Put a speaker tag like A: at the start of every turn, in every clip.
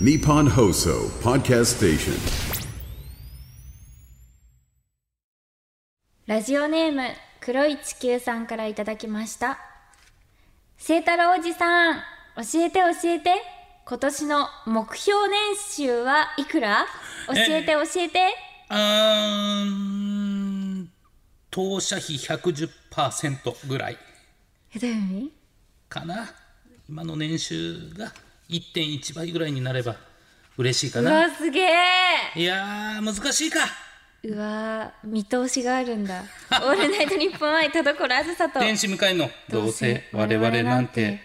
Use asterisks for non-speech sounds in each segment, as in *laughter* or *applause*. A: Nippon Hoso Podcast Station.
B: ラジオネーム黒い地球さんからいただきました清太郎おじさん教えて教えて今年の目標年収はいくら教えて教えて
C: うーん当社費110%ぐらい
B: えどういう意味
C: かな今の年収が1.1倍ぐらいになれば嬉しいか
B: う
C: な
B: わすげえ
C: いやー難しいか
B: うわ見通しがあるんだオールナイトニッポン愛田所あずさと
C: 天使向かいのどうせ我々なんて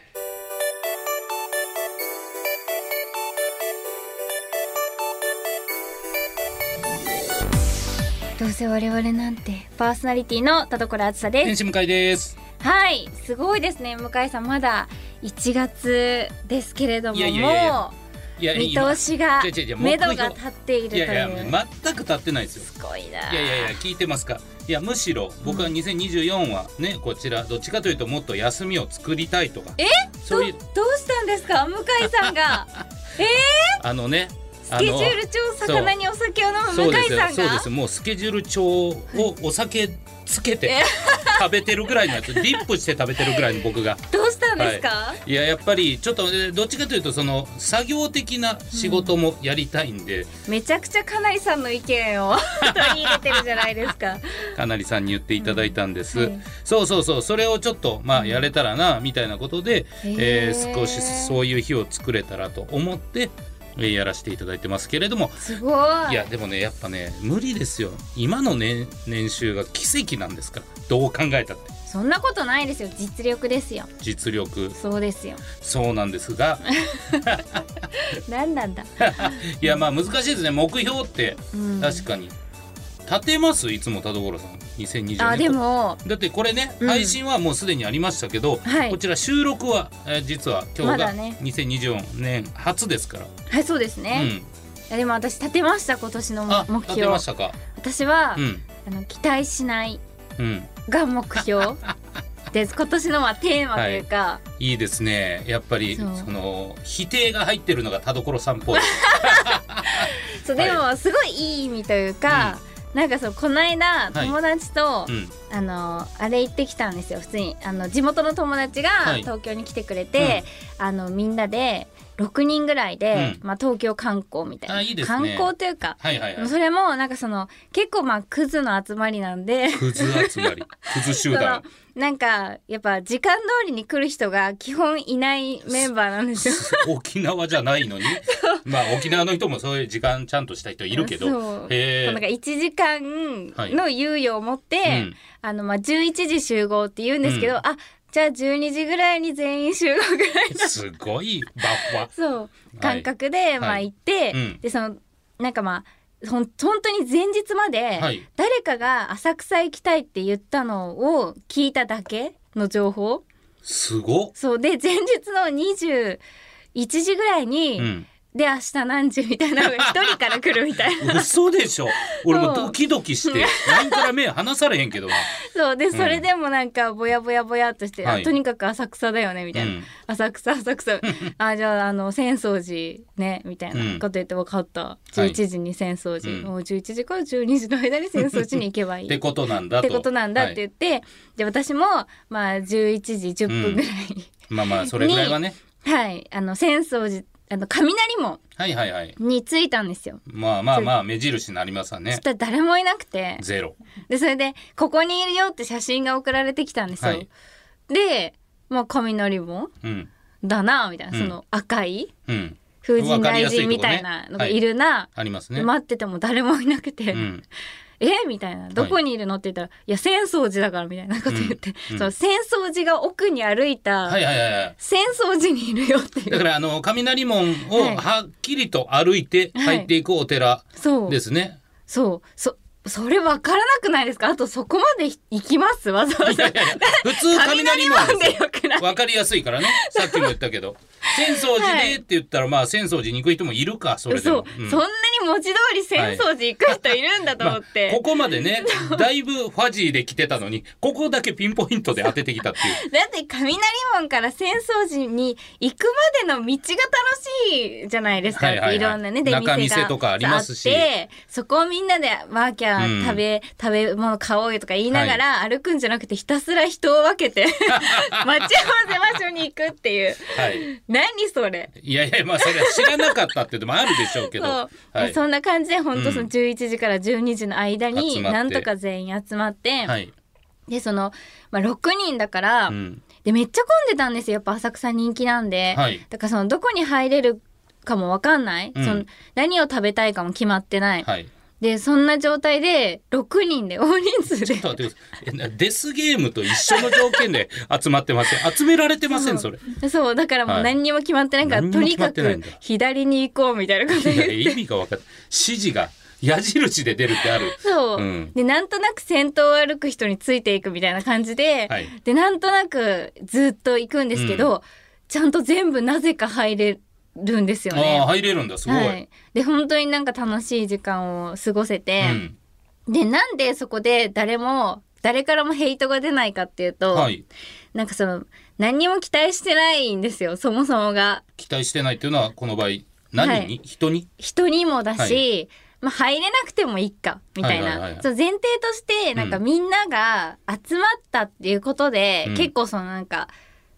B: どうせ我々なんてパーソナリティの田所あずさです
C: 天使向かいです
B: はい、すごいですね、向井さん、まだ1月ですけれども、
C: いやいやいやいや
B: も
C: いや
B: う見通しが
C: 違う違う違う、
B: 目処
C: 目
B: が
C: 標
B: 立っていると
C: い
B: いう、
C: やいや全く立ってないですよ
B: すごいな。
C: いやいやいや聞いてますかいやむしろ僕は2024はねこちらどっちかというともっと休みを作りたいとか
B: えど
C: そう
B: ど
C: いう
B: うしたんですか、向井さん
C: *laughs*
B: が。
C: あのね
B: ス
C: あ
B: ケジ
C: の
B: ュール超魚にお酒を飲む
C: そ
B: 向
C: うで
B: 井
C: すよ
B: さん
C: そうで
B: が
C: すもうスケジュール帳をお酒つけて *laughs* 食べてるぐらいのやつディップして食べてるぐらいの僕が
B: どうしたんですか、
C: いややっぱりちょっとえーどっちかというとその作業的な仕事もやりたいんで、
B: めちゃくちゃ金井さんの意見
C: *laughs*
B: を取り入れてるじゃないですか。
C: かなりさんに言っていただいたんです、
B: うんはい
C: そうそうそうそれをちょっとまあやれたらなみたいなことで、えー
B: へー
C: 少しそういう日を作れたらと思って、えーやらせていただいてますけれども
B: すごい。
C: いやでもねやっぱね無理ですよ今の、ね、年収が奇跡なんですからどう考えたって
B: そんなことないですよ、実力ですよ。
C: 実力
B: そうです
C: *laughs*
B: よ。
C: そうなんで
B: *laughs*
C: すが
B: 何なんだ。
C: いやまあ難しいですね目標って
B: うん
C: 確かに立てますいつも田所さん2020年
B: あ、でも、
C: だってこれね、
B: うん
C: 配信はもうすでにありましたけど、
B: はい
C: こちら収録は、えー実は今
B: ま
C: 日が
B: だね
C: 2024年初ですから、
B: はい、そうですね。いやでも私立てました今年の
C: うん、あ
B: も目
C: 立て
B: 標
C: ましたか
B: 私は、
C: うん
B: あの期待しない
C: うん
B: が目
C: *laughs*
B: 標です今年のはテーマというか、
C: いいですねやっぱりそ
B: そう
C: の否定が入ってるのが田所さんっ
B: *laughs*
C: ぽい
B: そうでも、すごいいい意味というか、なんかそうこの間
C: はい
B: 友達と、
C: うん
B: あのあれ行ってきたんですよ普通にあの地元の友達が
C: はい
B: 東京に来てくれて、あのみんなで6人ぐらいで、
C: う
B: まあ、東京観光みたいな
C: あいいです
B: 観
C: ね
B: 光というか、
C: はいはいはい
B: それもなんかその結構まあクズの集まりなんで
C: クズ集まりクズ集団
B: そのなんかやっぱ時間通りに来る人が基本いないメンバーなんですよ。
C: *laughs* 沖縄じゃないのにまあ沖縄の人もそういう時間ちゃんとした人いるけ
B: そ
C: ど
B: う
C: へ
B: なんか
C: え
B: 1時間の猶予を持って、
C: うん
B: あのまあ11時集合って言うんですけど、
C: うん
B: あじゃあ12時ぐらいに全員集合ぐらいの
C: すごいバッファ
B: そう感覚でま
C: は
B: あ
C: い
B: 行って、
C: うん
B: でそのなんかまあほん本当に前日ま
C: は
B: で
C: い
B: 誰かが浅草行きたいって言ったのを聞いただけの情報
C: すごっ
B: そうで前日の21時ぐらいに、
C: うん
B: で明日何時みたいなのが一人から来るみたいな
C: 嘘
B: *laughs*
C: でしょ俺も
B: そう
C: ドキドキして
B: *laughs*
C: LINE から目離されへんけどな
B: そうでそれでもなんかぼやぼやぼやっとして、あ
C: はい
B: とにかく浅草だよねみたいな、
C: うん
B: 浅草浅草
C: *laughs*
B: あじゃああの浅草寺ねみたいな
C: うん
B: こと言って分かった
C: い
B: 11時に浅草寺、
C: うん
B: もう11時から12時の間に浅草寺に行けばい
C: *laughs* っ
B: い。
C: てことなんだ
B: っ
C: と
B: てことなんだって
C: は
B: 言
C: い
B: って、で私もまあ11時10分ぐらいに、
C: まあまあそれぐらいはね
B: *laughs* はいあの浅草寺あの雷門
C: はいはいはい
B: に着いたんですよ。
C: まあまあまあ目印になります
B: そ
C: わね
B: したら誰もいなくて
C: ゼロ
B: でそれで「ここにいるよ」って写真が送られてきたんですよ。
C: はい
B: でまあ雷も
C: うん
B: だなみたいな、
C: うん
B: その赤い
C: うん
B: 風神
C: わかり
B: 大
C: やすいと
B: 臣
C: こね
B: みたいなのがいるな、
C: ありますね
B: 待ってても誰もいなくて「
C: うん
B: えみたいな「どこにいるの?」って言ったら「いや浅草寺だから」みたいなこと言って、
C: うんうん
B: その浅草寺が奥に歩いた、
C: はいはいはいはい
B: 浅草寺にいるよってい
C: だか
B: う
C: ら
B: *laughs*
C: あの雷門
B: は
C: を
B: い
C: はっきりと歩いて入っていくお寺
B: そう
C: ですね。
B: そうそそれ分からなくないですかあとそこまで行きますわざわざ
C: いやいや
B: *laughs*
C: 普通雷
B: 雷
C: 門
B: 門
C: です
B: で
C: よ
B: よくない
C: わかりやすい
B: *laughs*
C: からね。さっきも言ったけど、浅草寺でって言ったらまあ浅草寺に行く人もいるかそれで
B: そう
C: も。、うん
B: そんなに文字通り浅草寺行く人いるんだと思って、
C: ここまで
B: *laughs*
C: ね、だいぶファジーで来てたのに、ここだけピンポイントで当ててきたっていう。
B: だって雷門から浅草寺に行くまでの道が楽しいじゃないですか、
C: はいはいはい
B: いろんなね
C: 仲見世とかありますし
B: あってそこをみんなでワーキャ
C: うん
B: ー食べ、食べ物買おうよとか言いながら歩くんじゃなくてひたすら人を分け
C: *laughs*
B: て待ち合わせ場所に行くっていう
C: はい。
B: 何それ
C: いやいや、まあ、それは知らなかったってでもあるでしょうけど。
B: そう、
C: はい。
B: そんな感じで本当そうの
C: ん
B: 11時から12時の間
C: 集
B: に
C: まって
B: なんとか全員集まって、
C: はい。
B: でその、まあ、6人だから、
C: うん。
B: でめっちゃ混んでたんですよやっぱ浅草人気なんで、
C: はい
B: だからそのどこに入れるかもわかんない、
C: うん
B: その何を食べたいかも決まってない、
C: はい。
B: でそんな状態で6人で大人数で
C: ちょっと待ってくださいえデスゲームと一緒の条件で集まってません。集められてません、それ。
B: *laughs* そうだからも
C: は
B: う
C: い
B: 何にも決まってないから、
C: 何に
B: と
C: も
B: にか
C: 決まってないん
B: く
C: だ
B: 左に行こうみたいなこと
C: いや
B: で
C: 意味が分かった。指示が矢印で出るってある。
B: そう、
C: うん
B: でなんとなく先頭を歩く人についていくみたいな感じで、
C: はい
B: でなんとなくずっと行くんですけど、ちゃんと全部なぜか入れるんですよね
C: ああ、。入れるんだ、すごい。
B: はい、で本当になんか楽しい時間を過ごせ
C: う
B: て、
C: ん。
B: でなんでそこで誰も誰からもヘイトが出ないかっていうと、
C: はい。
B: なんかその何にも期待してないんですよそもそもが
C: 期待してないっていうのは、この場合、何に、人に
B: 人にもだし、ま
C: は
B: あ、入れなくてもいいかみたい
C: はいはいはい
B: な
C: はい
B: そう前提としてなんか
C: うん
B: みんなが集まったっていうことで、
C: うん
B: 結構そのなんか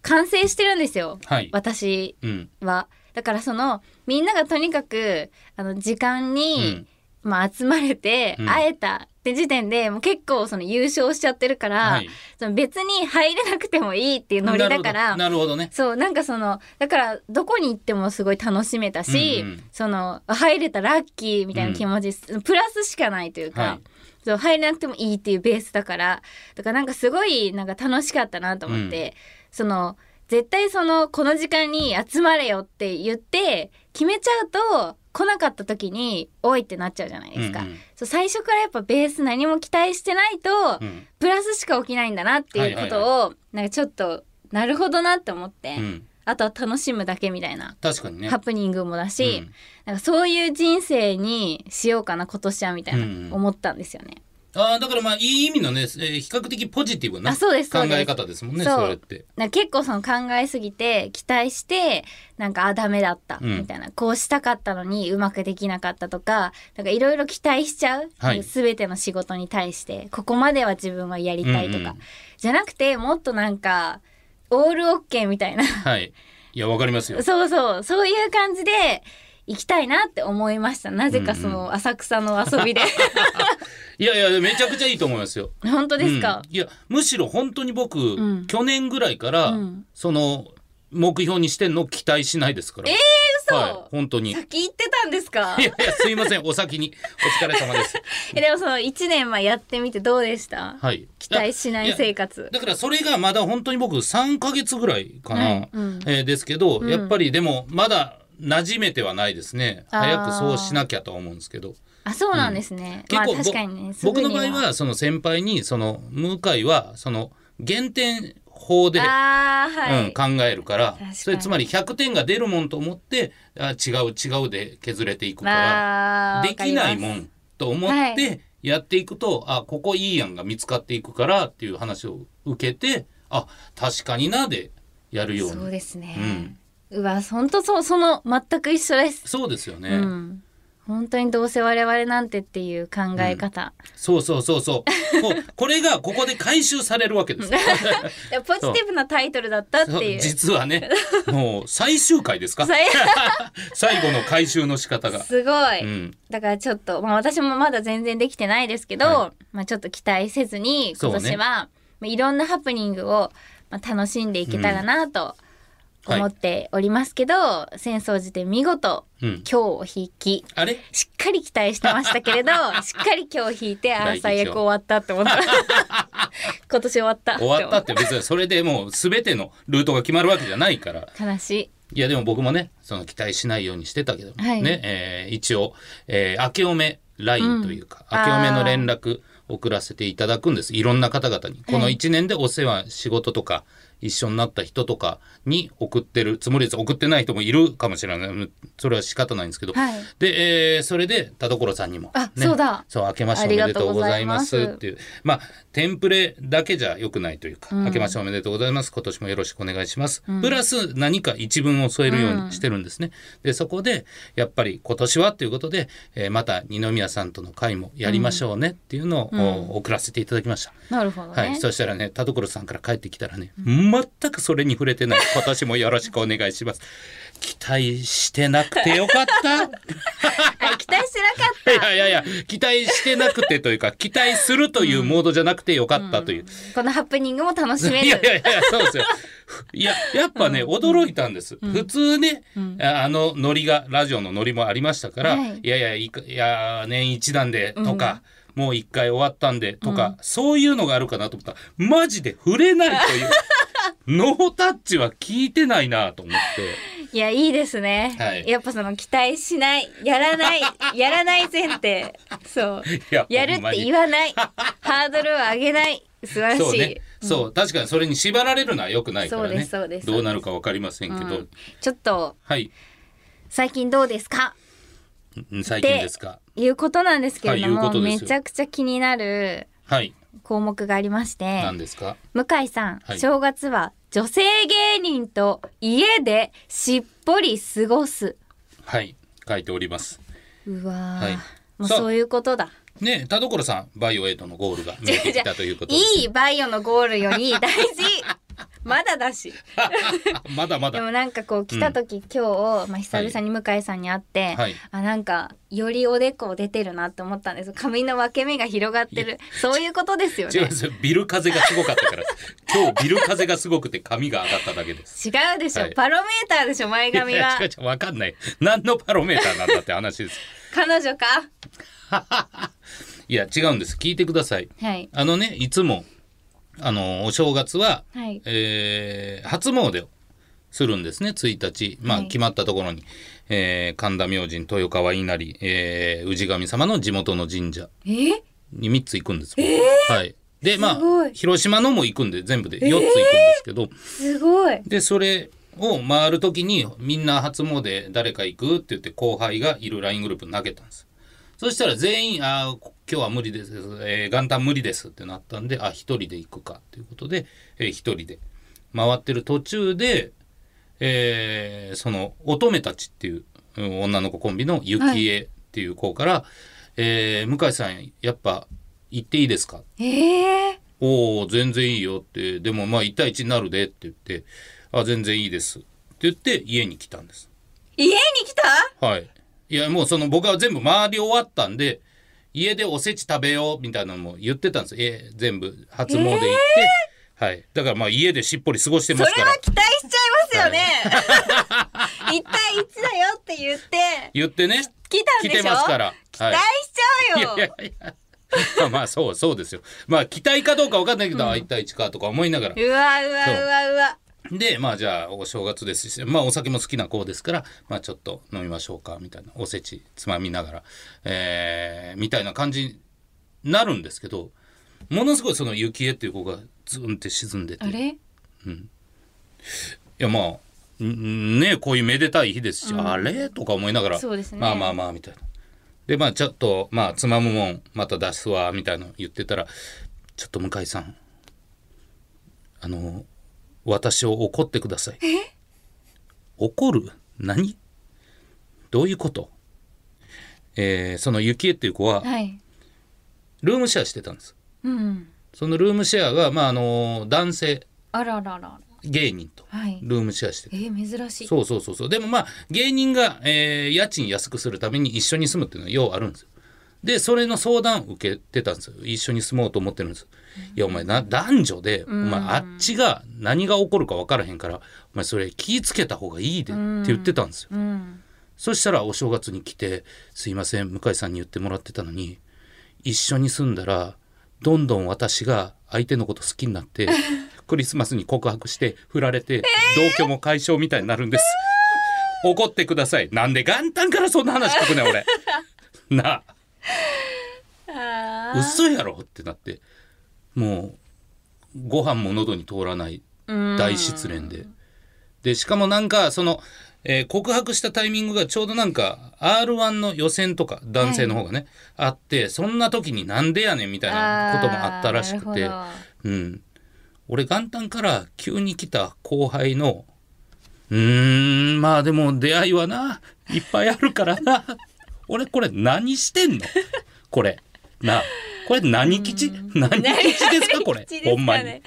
B: 完成してるんですよ、
C: はい。
B: 私
C: うん。
B: は。だからそのみんながとにかくあの時間
C: う
B: に、
C: ん。
B: まあ、集まれて
C: うん
B: 会えたって時点で、もう結構その優勝しちゃってるから、
C: はい
B: その別に入れなくてもいいっていうノリだから
C: なるほどなるほどね。
B: そうなんかそのだからどこに行ってもすごい楽しめたし、
C: うんうん
B: その入れたらラッキーみたいな気持ち、プラスしかないというか、
C: はい
B: そう入れなくてもいいっていうベースだからだからなんかすごいなんか楽しかったなと思って、その絶対そのこの時間に集まれよって言って決めちゃうと来なかった時に「おい!」ってなっちゃうじゃないですか。
C: うんうん
B: そう最初からやっぱベース何も期待してないと、
C: うん。
B: プラスしか起きないんだなっていうことを、
C: は
B: なんかちょっとなるほどなって思って、
C: うん。
B: あとは楽しむだけみたいな、
C: 確かにね。
B: ハプニングもだし、
C: うん
B: なんかそういう人生にしようかな今年はみたいな
C: うんうん
B: 思ったんですよね。
C: ああ、だからまあ、いい意味のね、えー比較的ポジティブな
B: あそうです
C: 考
B: そうです
C: え方ですもんね、
B: そう
C: それって。
B: なんか結構その考えすぎて期待してなんかあダメだった
C: うん
B: みたいな、こうしたかったのにうまくできなかったとかなんかいろいろ期待しちゃう、
C: はい
B: 全ての仕事に対してここまでは自分はやりたいとか、
C: うんうん
B: じゃなくてもっとなんかオールオッケーみたいな
C: はい。いや、わかりますよ。
B: そうそうそういう感じで行きたいなって思いましたなぜかその浅草の遊
C: *laughs*
B: びで
C: いやいや、めちゃくちゃいいと思いますよ。
B: 本当ですか
C: う、んいやむしろ本当に僕、
B: ん
C: 去年ぐらいから、
B: うん
C: その目標にしてんの期待しないですからええ
B: 嘘
C: はい、本当にい
B: 先行ってたんですか
C: やいやすいませんお先にお疲れ様です
B: えでもその1年前やってみてどうでした、
C: はい
B: *laughs* 期待しない生活
C: やだからそれがまだ本当に僕3ヶ月ぐらいかな、
B: はいうん
C: えーですけど、やっぱりでもまだ馴染めてはないですね
B: あー
C: 早くそうしなきゃとは思うんですけど
B: あそうなんですね、まあ
C: ぼ
B: 確かにねすぐ
C: 僕
B: に
C: の場合はその先輩にその向井はその減点法で
B: あーはい、
C: うん、考えるから
B: かに
C: それつまり100点が出るもんと思ってあ違う違うで削れていくか
B: ま
C: ら
B: あ
C: できない
B: ん
C: もんと思っ
B: はい
C: てやっていくと、あここいい案が見つかっていくからっていう話を受けてあ確かになでやるように
B: そうです
C: う
B: ね
C: ん、
B: うわ本当そうその全く一緒です、
C: そうですよね、
B: うん本当にどうせ我々なんてっていう考え方、
C: そうそうそうそうこ
B: *laughs*
C: うこれがここで回収されるわけです
B: いやポジティブなタイトルだったって
C: そう
B: いう
C: 実はねもう最終回ですか
B: 最
C: *laughs* 最後の回収の仕方が。
B: すごい、
C: うん
B: だからちょっと、まあ、私もまだ全然できてないですけど、
C: は
B: まあ、ちょっと期待せずに
C: そう
B: 今
C: ね
B: 年は、まあ、いろんなハプニングを、まあ、楽しんでいけたらなと
C: はい
B: 思っておりますけど、浅草寺で見事、
C: うん
B: 今日を引き *laughs*
C: あれ
B: しっかり期待してましたけ
C: *laughs*
B: れどしっかり今日引いてああ
C: 大吉
B: 最悪終わったって
C: *laughs*
B: 思った今年終わった
C: 終わったってて別にそれでもう全てのルートが決まるわけじゃないから
B: 思う悲しい
C: いやでも僕もねその期待しないようにしてたけど、
B: はい
C: ね、えー一応、えー明けおめ LINE というか、
B: うん
C: 明けおめの連絡送らせていただくんですいろんな方々にこの1年でお世話仕事とか一緒になった人とかに送ってるつもりです送ってない人もいるかもしれないそれは仕方ないんですけど、
B: はい
C: で、えーそれで田所さんにも、
B: あそうだ
C: そう明けましておめでとうございますっていうまあテンプレだけじゃ良くないというか、明けましておめでとうございます今年もよろしくお願いします、プラス何か一文を添えるようにしてるんですね、でそこでやっぱり今年はということで、えーまた二宮さんとの会もやりましょうねっていうのを、お送らせていただきました、
B: なるほどね、
C: はい、そしたらね田所さんから帰ってきたらね、全くそれに触れてない今年もよろしくお願いします期待してなくてよか *laughs* った
B: あ期待してなかっ
C: いやいやいや、期待してなくてというか、期待するというモードじゃなくてよかったという。
B: たこのハプニングも楽しめる
C: いやいやいや、そうですよ。いや、やっぱね、驚いたんです。普通ね、ああのノリが、ラジオのノリもありましたから、
B: はい
C: い、やいや、いかいや、年一弾でとか、もう一回終わったんでとか、そういうのがあるかなと思ったら、マジで触れないという。
B: *laughs*
C: ノータッチは聞いてないなと思って。
B: いやいいですね、
C: はい
B: やっぱその期待しないやら
C: *laughs*
B: ないやらない前提そう
C: いや
B: やる
C: ほ
B: っ
C: んま
B: て
C: に
B: 言わないハードルを上げない素晴らしい
C: そうね、そう確かにそれに縛られるのは良くないからね
B: そうですそうです
C: どうなるか分かりませんけど、
B: ちょっと
C: はい
B: 最近どうですか
C: ん最近ですか
B: いうことなんですけれども、
C: はいいうことで
B: め
C: すよ
B: ちゃくちゃ気になる
C: はい
B: 項目がありまして
C: 何ですか
B: 向井さん、
C: はい
B: 正月は女性芸人と家でしっぽり過ごす
C: はい書いております
B: うわー、
C: はい
B: もう
C: さあ
B: そういうことだ
C: ね田所さんバイオエイトのゴールが見えてきたという
B: *laughs*
C: ことです
B: いいバイオのゴールより大
C: *laughs*
B: 事まだだし
C: まだま
B: で
C: だ
B: もなんかこう来た時、今日、まあ、久々に向井さんに会って、
C: はい
B: あなんかよりおでこ出てるなって思ったんです髪の分け目が広がってるそういうことですよね
C: 違うん
B: 違
C: ですよビル風がすごかったからです今日ビル風がすごくて髪が上がっただけです
B: うでしょ、
C: はい
B: パロメーターでしょ前
C: い
B: 髪
C: や
B: は
C: 違う違う分かんない何のパロメーターなんだって話です
B: 彼女か
C: いや違うんです聞いてください
B: はい
C: あのねいつもあのお正月は、
B: はい
C: えー初詣をするんですね1日、まあ、
B: はい
C: 決まったところに、えー神田明神豊川稲荷、えー氏神様の地元の神社
B: え
C: に3つ行くんです、はい、でます
B: ご
C: あ
B: い
C: 広島のも行くんで全部で4つ行くんですけど、
B: すごい
C: でそれを回る時にみんな初詣誰か行くって言って後輩がいる LINE グループに投げたんですそしたら全員「あーこ今日は無理です、えー元旦無理です」ってなったんで「あ一人で行くか」ということで、えー一人で回ってる途中で、えーその乙女たちっていううん女の子コンビのゆきえっていう子から、えー向井さんやっぱ行っていいですか?」
B: えー、
C: おお全然いいよってでもまあ1対1になるでって言ってあ全然いいですって言って家に来たんです
B: 家に来た
C: はいいやもうその僕は全部回り終わったんで家でおせち食べようみたいなのも言ってたんですえ全部初詣行って、はいだからまあ家でしっぽり過ごして
B: そ
C: ま
B: れ
C: すから
B: は期待しちゃいますよね、
C: *laughs*
B: 一対一だよって言って
C: 言ってね
B: 来たん
C: 来
B: でしょ
C: てますから
B: 期待しちゃうよ、
C: いやいやいやまあまあそうそうですよまあ期待かどうか分かんないけど、あ1対1かとか思いながら
B: うわう
C: そう
B: わうわうわ
C: でまあじゃあお正月ですしまあお酒も好きな子ですからまあちょっと飲みましょうかみたいなおせちつまみながら、えーみたいな感じになるんですけどものすごいその雪絵っていう子がズンって沈んでて
B: あ
C: い
B: れ
C: やまあんねこういうめでたい日ですし、あれとか思いながら
B: そうですね
C: まあまあまあみたいなでまあちょっとまあつまむもんまた出すわみたいなの言ってたらちょっと向井さんあの私を怒ってください怒る何どういうことえーその雪江っていう子は
B: はい
C: ルームシェアしてたんです
B: うん
C: そのルームシェアが、まあ、あの男性
B: あららら
C: 芸人と
B: はい
C: ルームシェアしてて
B: えー、珍しい
C: そうそうそうそうでもまあ芸人が、えー家賃安くするために一緒に住むっていうのはようあるんですよでそれの相談受けてたんですよ一緒に住もうと思ってるんです、いやお前な男女で、お前あっちが何が起こるか分からへんからお前それ気ぃつけた方がいいでって言ってたんですよ、そしたらお正月に来て「すいません向井さんに言ってもらってたのに一緒に住んだらどんどん私が相手のこと好きになってクリスマスに告白して振られて同居も解消みたいになるんです、怒ってくださいなんで元旦からそんな話書くねん俺なあ
B: あー
C: 嘘やろってなってもうご飯も喉に通らない大失恋で。でしかもなんかその、えー告白したタイミングがちょうどなんか r 1の予選とか男性の方がね、あってそんな時になんでやねんみたいなこともあったらしくて
B: あーなるほ
C: うん、俺元旦から急に来た後輩のうーんまあでも出会いはないっぱいあるからな *laughs* 俺これ何してんのこれなあこれ何吉何吉ですかこれ
B: ど
C: ほんまに。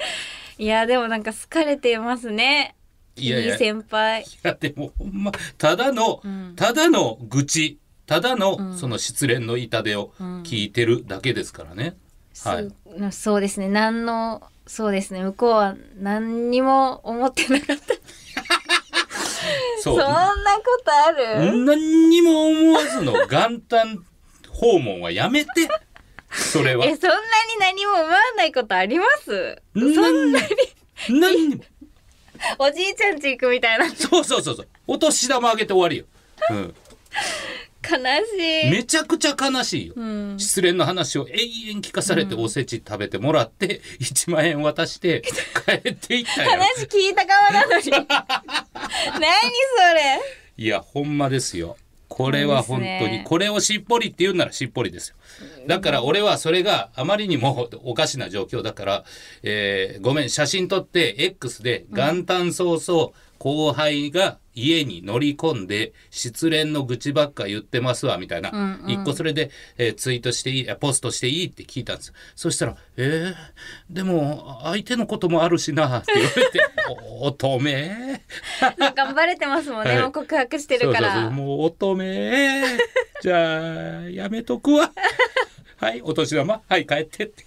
B: いやでもなんか好かれてますねい
C: いやいや
B: い先輩
C: いやでもほんまただの、ただの愚痴ただの、その失恋の痛手を聞いてるだけですからね、はい
B: そうなそうですね何のそうですね向こうは何にも思ってなかった
C: そう
B: ことある
C: 何にも思わずの元旦訪問はやめてそれは
B: えそんなに何も思わないことありますそんなに
C: 何にも
B: おじいちゃんち行くみたいな悲
C: そうそうそうそうお年玉あげて終わりよ、うん、
B: しい
C: めちゃくちゃ悲しいよ、失恋の話を永遠聞かされておせち食べてもらって1万円渡 *laughs* して帰っていったよ
B: 話聞いた側な
C: *laughs*
B: のに何それ
C: いや、ほんまですよ。これは本
B: そう
C: 当
B: です
C: に、
B: ね
C: これをしっぽりって言うならしっぽりですよ。だから俺はそれがあまりにもおかしな状況だから、えーごめん、写真撮って X で元旦早々、後輩が家に乗り込んで失恋の愚痴ばっか言ってますわみたいな、一個それで、えーツイートしていいいやポストしていいって聞いたんですよそしたら「えー、でも相手のこともあるしな」って言わ
B: *laughs*
C: れて「お乙女」
B: 頑張れてますもんね、
C: はい
B: もう告白してるから
C: そうそうそうもう乙女じゃあやめとくわ *laughs* はいお年玉はい帰ってって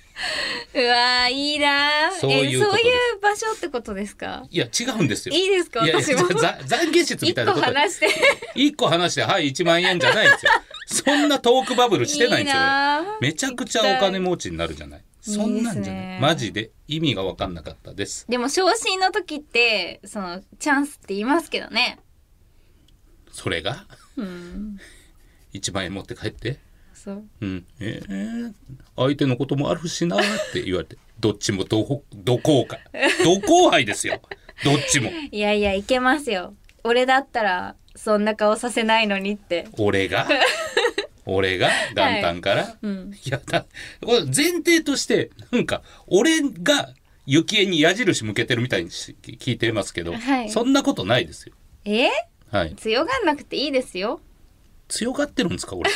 B: うわーいいなー
C: そうい
B: え
C: うこ
B: そ
C: と
B: う
C: です
B: いう場所ってことですか
C: いや違うんですよ
B: いいですか
C: いやいや
B: 私も
C: ざざ懺悔室み
B: 一
C: たい
B: 個
C: なこと
B: 話して
C: 一個話してはい1万円じゃないんですよそんなトークバブル *laughs* してないんですよ
B: いいな
C: 俺めちゃくちゃお金持ちになるじゃないそんなんじゃない
B: いいですね
C: マジで意味が分かんなかったです
B: でも昇進の時ってそのチャンスって言いますけどね
C: それが
B: うん
C: 1万円持って帰って
B: そう
C: うん、えー相手のこともあるしなって言われてどっちもどほどこうかど後輩ですよどっちも
B: いやいやいけますよ俺だったらそんな顔させないのにって
C: 俺が俺が元旦から、いやだこれ前提としてなんか俺が幸恵に矢印向けてるみたいにし聞いてますけど、
B: はい
C: そんなことないですよ、
B: え
C: はい、
B: 強がんなくていいですよ
C: 強がってるんですか俺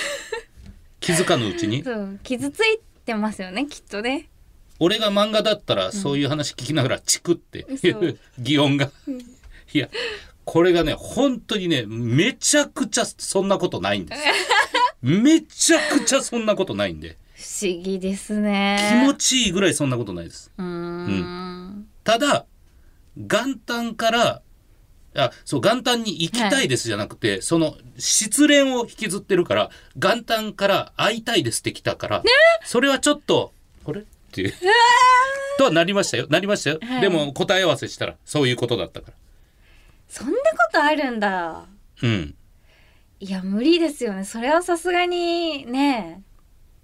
C: 気づかぬうちに
B: そう傷ついてますよねきっとね
C: 俺が漫画だったらそういう話聞きながらチクってい
B: そう
C: う擬音がいやこれがね本当にねめちゃくちゃそんなことない *laughs* んですめちゃくちゃそんなことないんで
B: 不思議です
C: 気持
B: ね
C: ちいいぐらいそんなことないです
B: うーん
C: ただ元旦からあそう元旦に行きたいですじゃなくて、その失恋を引きずってるから元旦から会いたいですって来たから、それはちょっとあれっていうとはなりましたよなりましたよ、
B: はい
C: でも答え合わせしたらそういうことだったから
B: そんなことあるんだ
C: うん
B: いや無理ですよねそれはさすがにね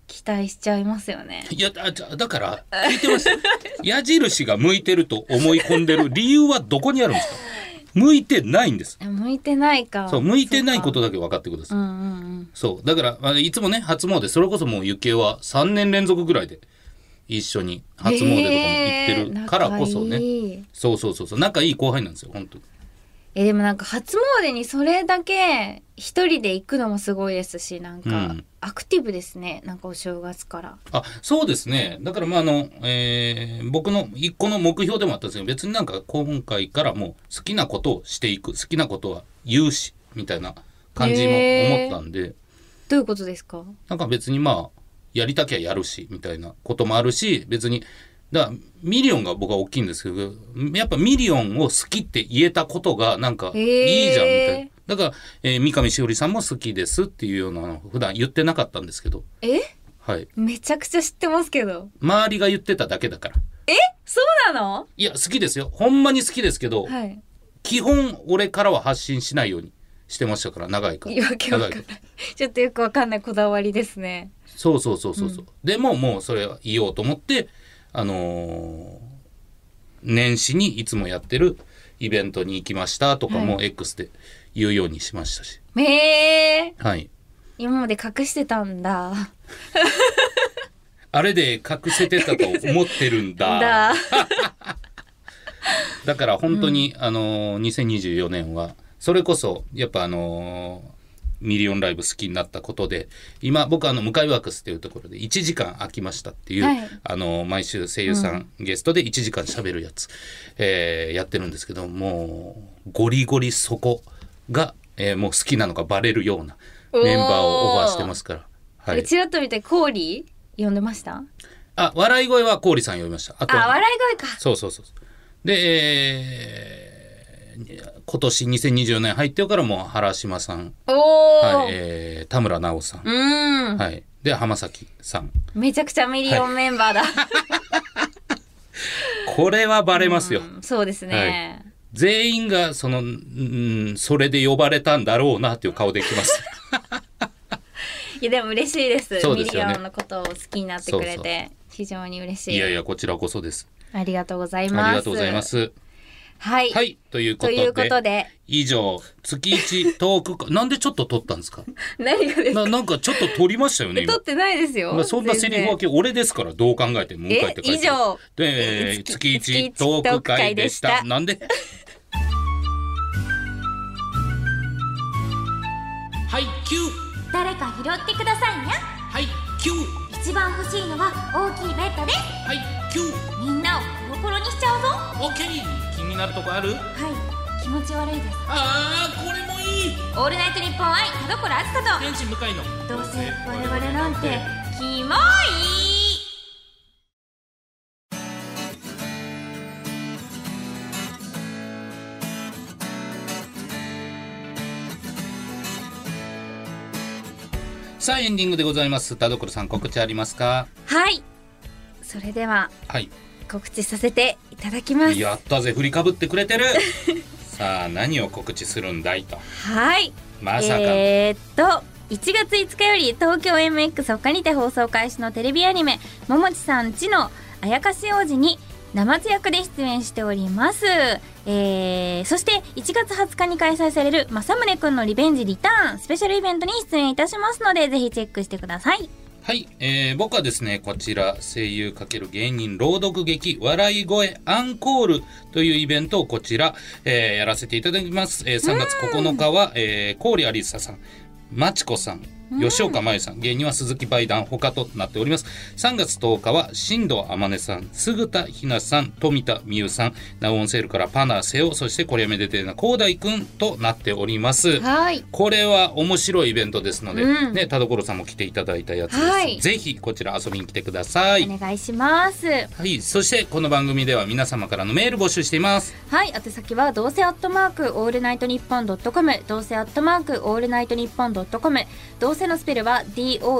B: 期待しちゃいますよね
C: いやだじゃあだから聞いてます矢印が向いてると思い込んでる理由はどこにあるんですか向いてないんです
B: 向いてないか
C: そう向いてない
B: そうか
C: ことだけ分かってください
B: うんうんうん
C: そう。だから、あのいつもね、初詣、それこそもう、ゆきえは3年連続ぐらいで、一緒に初詣とかも行ってるからこそね。
B: えー仲いい
C: そうそうそうそう。仲いい後輩なんですよ、本当に
B: えでもなんか初詣にそれだけ一人で行くのもすごいですしなん
C: う
B: か
C: ん
B: アクティブですね、なんかお正月から
C: あ、そうですね。だから、まあ、あの、えー僕の一個の目標でもあったんですけど、別になんか今回からもう好きなことをしていく、好きなことは言うし、みたいな感じも思ったんで、
B: どういうことですか
C: なんか別にまあやりたきゃやるしみたいなこともあるし別にだからミリオンが僕は大きいんですけどやっぱミリオンを好きって言えたことがなんかいいじゃんみたい
B: へー
C: な。だから、えー三上しおりさんも好きですっていうようなの普段言ってなかったんですけど、
B: え
C: はい、
B: めちゃくちゃ知ってますけど
C: 周りが言ってただけだから
B: そうなの
C: いや好きですよほんまに好きですけど、
B: はい
C: 基本俺からは発信しないようにしてましたから長いから
B: 言い訳わかん
C: 長
B: ないいちょっとよくわかんないこだわりですね
C: そうそうそうそうそう、でももうそれは言おうと思ってあのー年始にいつもやってるイベントに行きましたとかも X で言うようにしましたし、
B: えー、
C: はい、
B: 今まで隠してたんだ。
C: あれで隠せてたと思ってるん *laughs* だ
B: だ。
C: だから本当に、あのー2024年はそれこそやっぱあのーミリオンライブ好きになったことで今僕あの向かいワークスっていうところで1時間空きましたっていう、
B: はい
C: あのー毎週声優さん、ゲストで1時間しゃべるやつ、えーやってるんですけどもうゴリゴリそこが、えーもう好きなのがバレるようなメンバーをオファーしてますから。は
B: う
C: い、
B: ちらっと見て、コーリー呼んでました
C: あ笑い声は氷さん呼びました。あと
B: あ、笑い声か。
C: そうそうそうそう。で、えー今年2024年入ってからもう原島さん、
B: おー、
C: はいえー田村奈緒さん、
B: うん、
C: はい、で浜崎さん
B: めちゃくちゃミリオンメンバーだ。
C: これはバレますよ、
B: うんそうですね。
C: 全員がそのうんそれで呼ばれたんだろうなっていう顔できます
B: *laughs* い、やでも嬉しいです
C: そうで
B: ミ
C: す
B: リ
C: よね
B: オンのことを好きになってくれて
C: そうそ
B: 非常に嬉しい
C: いやいやこちらこそです
B: ありがとうございます。
C: ありがとうございます
B: はい。
C: はいということとで
B: いうことで、
C: 以上月一トークかなんでちょっと撮ったん
B: *laughs*
C: ですか
B: 何がですか
C: ななんかちょっと撮りましたよね今
B: 撮ってないですよ。
C: そんなセリフ分け俺ですからどう考えても向井って書いてある
B: え以上
C: で
B: え
C: 月
B: 月
C: 一
B: 一
C: トーク会でした
B: トーク会でした
C: なんではいキュー
D: 誰か拾ってくださいにゃ
C: はいキュー
D: 一番欲しいのは大きいベッドです
C: はいキュー
D: みんなをコロコロにしちゃうぞは
C: オッケー気になるとこある
D: い気持ち悪いです
C: あーこれもいい
D: オールナイトニッポン愛田所あずさ
C: 天使向井の
D: とどうせ我々なんてキモい
C: さあエンディングでございます田所さん告知ありますか
B: はい。それでは
C: はい
B: 告知させていただきます。
C: やったぜ振りかぶってくれてるさあ何を告知するんだいと
B: はい。
C: まさかの、
B: えー、っと1月5日より東京 MX 他にて放送開始のテレビアニメ「ももちさんちのあやかし王子」に生津役で出演しております、えー、そして1月20日に開催される「政宗くんのリベンジリターン」スペシャルイベントに出演いたしますのでぜひチェックしてください
C: はい、えー僕はですねこちら声優×芸人朗読劇笑い声アンコールというイベントをこちら、えーやらせていただきます、えー3月9日は、えー、郡有りささんまちこさん吉岡真由さん芸人は鈴木梅団他となっております3月10日は新藤天音さんすぐたひなさん富田美優さんナウオンセールからパナセオそしてコリアメデテーナ広大くんとなっております
B: はい
C: これは面白いイベントですので、
B: うん
C: ね、田所さんも来ていただいたやつです、
B: はい
C: ぜひこちら遊びに来てください、
B: お願いします
C: はい、そしてこの番組では皆様からのメール募集しています
B: はい宛先はどうせアットマークオールナイトニッポンドットコムどうせアットマークオールナイトニッポンドットコムどうせのスペルは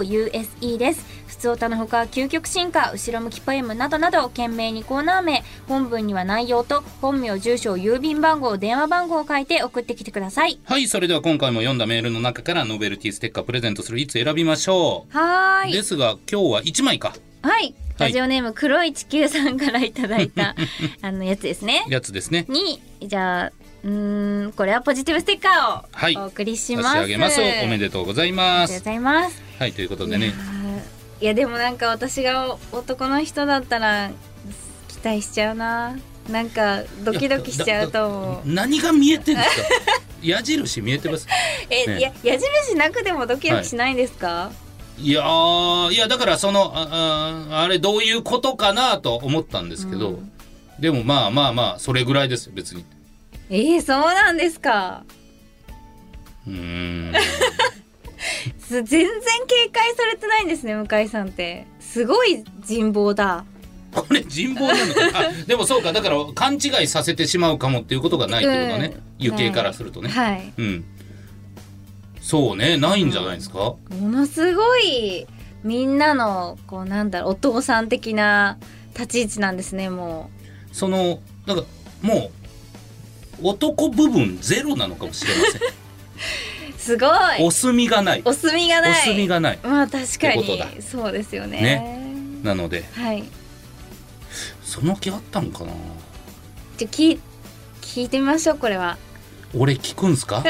B: DOUSE です普通歌のほか究極進化後ろ向きポエムなどなど懸命にコーナー名本文には内容と本名住所郵便番号電話番号を書いて送ってきてください
C: はいそれでは今回も読んだメールの中からノベルティステッカープレゼントするいつ選びましょう、
B: はーい
C: ですが今日は1枚か
B: はいラジオネーム黒い地球さんからいただい
C: *laughs*
B: たあのやつですね
C: やつですね
B: にじゃあうーんこれはポジティブステッカ
C: はい
B: ーをお送りし
C: 差
B: ます、
C: し上げますおめでとうござい
B: あ
C: ま
B: りがとう
C: す
B: ございます
C: はいということでね
B: いやでもなんか私が男の人だったら期待しちゃうななんかドキドキしちゃうと思う
C: だだ何が見えてるんですか矢印見えてます
B: え、
C: ね
B: いや矢印なくてもドキドキしないですか、
C: いやーいやだからそのああーあれどういうことかなと思ったんですけど、でもまあまあまあそれぐらいですよ別に
B: えー、そうなんですか
C: うーん *laughs*
B: す全然警戒されてないんですね向井さんってすごい人望だ
C: これ人望なのかなあ *laughs* でもそうかだから勘違いさせてしまうかもっていうことがないってことだね、
B: うん
C: 行方からするとね、
B: はい
C: うんそうねないんじゃないですか、
B: ものすごいみんなのこうなんだろうお父さん的な立ち位置なんですねも
C: そのだからもう男部分ゼロなのかもしれま
B: *laughs*
C: せん
B: うすごい
C: お墨がない
B: お墨がない
C: お墨がない
B: まあ確か
C: ってこと
B: にそうですよね
C: ねなので
B: はい
C: その気あったんかな
B: じゃあ聞い聞いてみましょうこれは
C: 俺聞くんす
B: *laughs*
C: か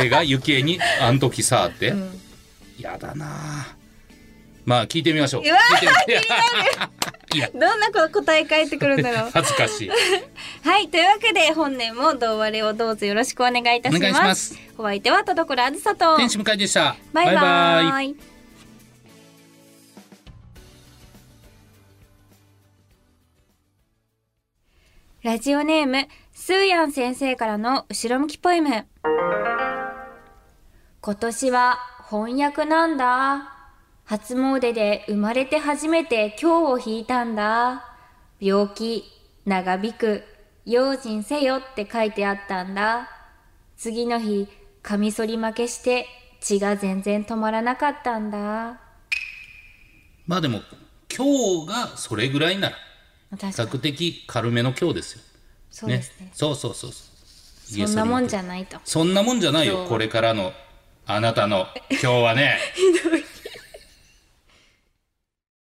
C: 俺がゆきえに「あん時さ」って、
B: ん
C: やだなあまあ聞いてみましょう
B: うわー
C: 聞いてみいや
B: どんなこ答え返ってくるんだ
C: *laughs*
B: ろう
C: 恥ずかしい
B: はいというわけで本年もどうわれをどうぞよろしくお願いいたします
C: お願いします
B: お相手は田所あずさと
C: 天使向井でした
B: バイバ
C: バイバイ
B: ーイラジオネームスーヤン先生からの後ろ向きポエム今年は翻訳なんだ初詣で生まれて初めて今日を引いたんだ病気長引く用心せよって書いてあったんだ次の日カミソリ負けして血が全然止まらなかったんだ
C: まあでも今日がそれぐらいなら比
B: 確かに
C: 較的軽めの今日ですよ
B: そうですね
C: そうそうそうそう
B: そんなもんじ
C: ゃ
B: ゃないと
C: そんなもんじゃないよこれからのあなたの今日はねひどい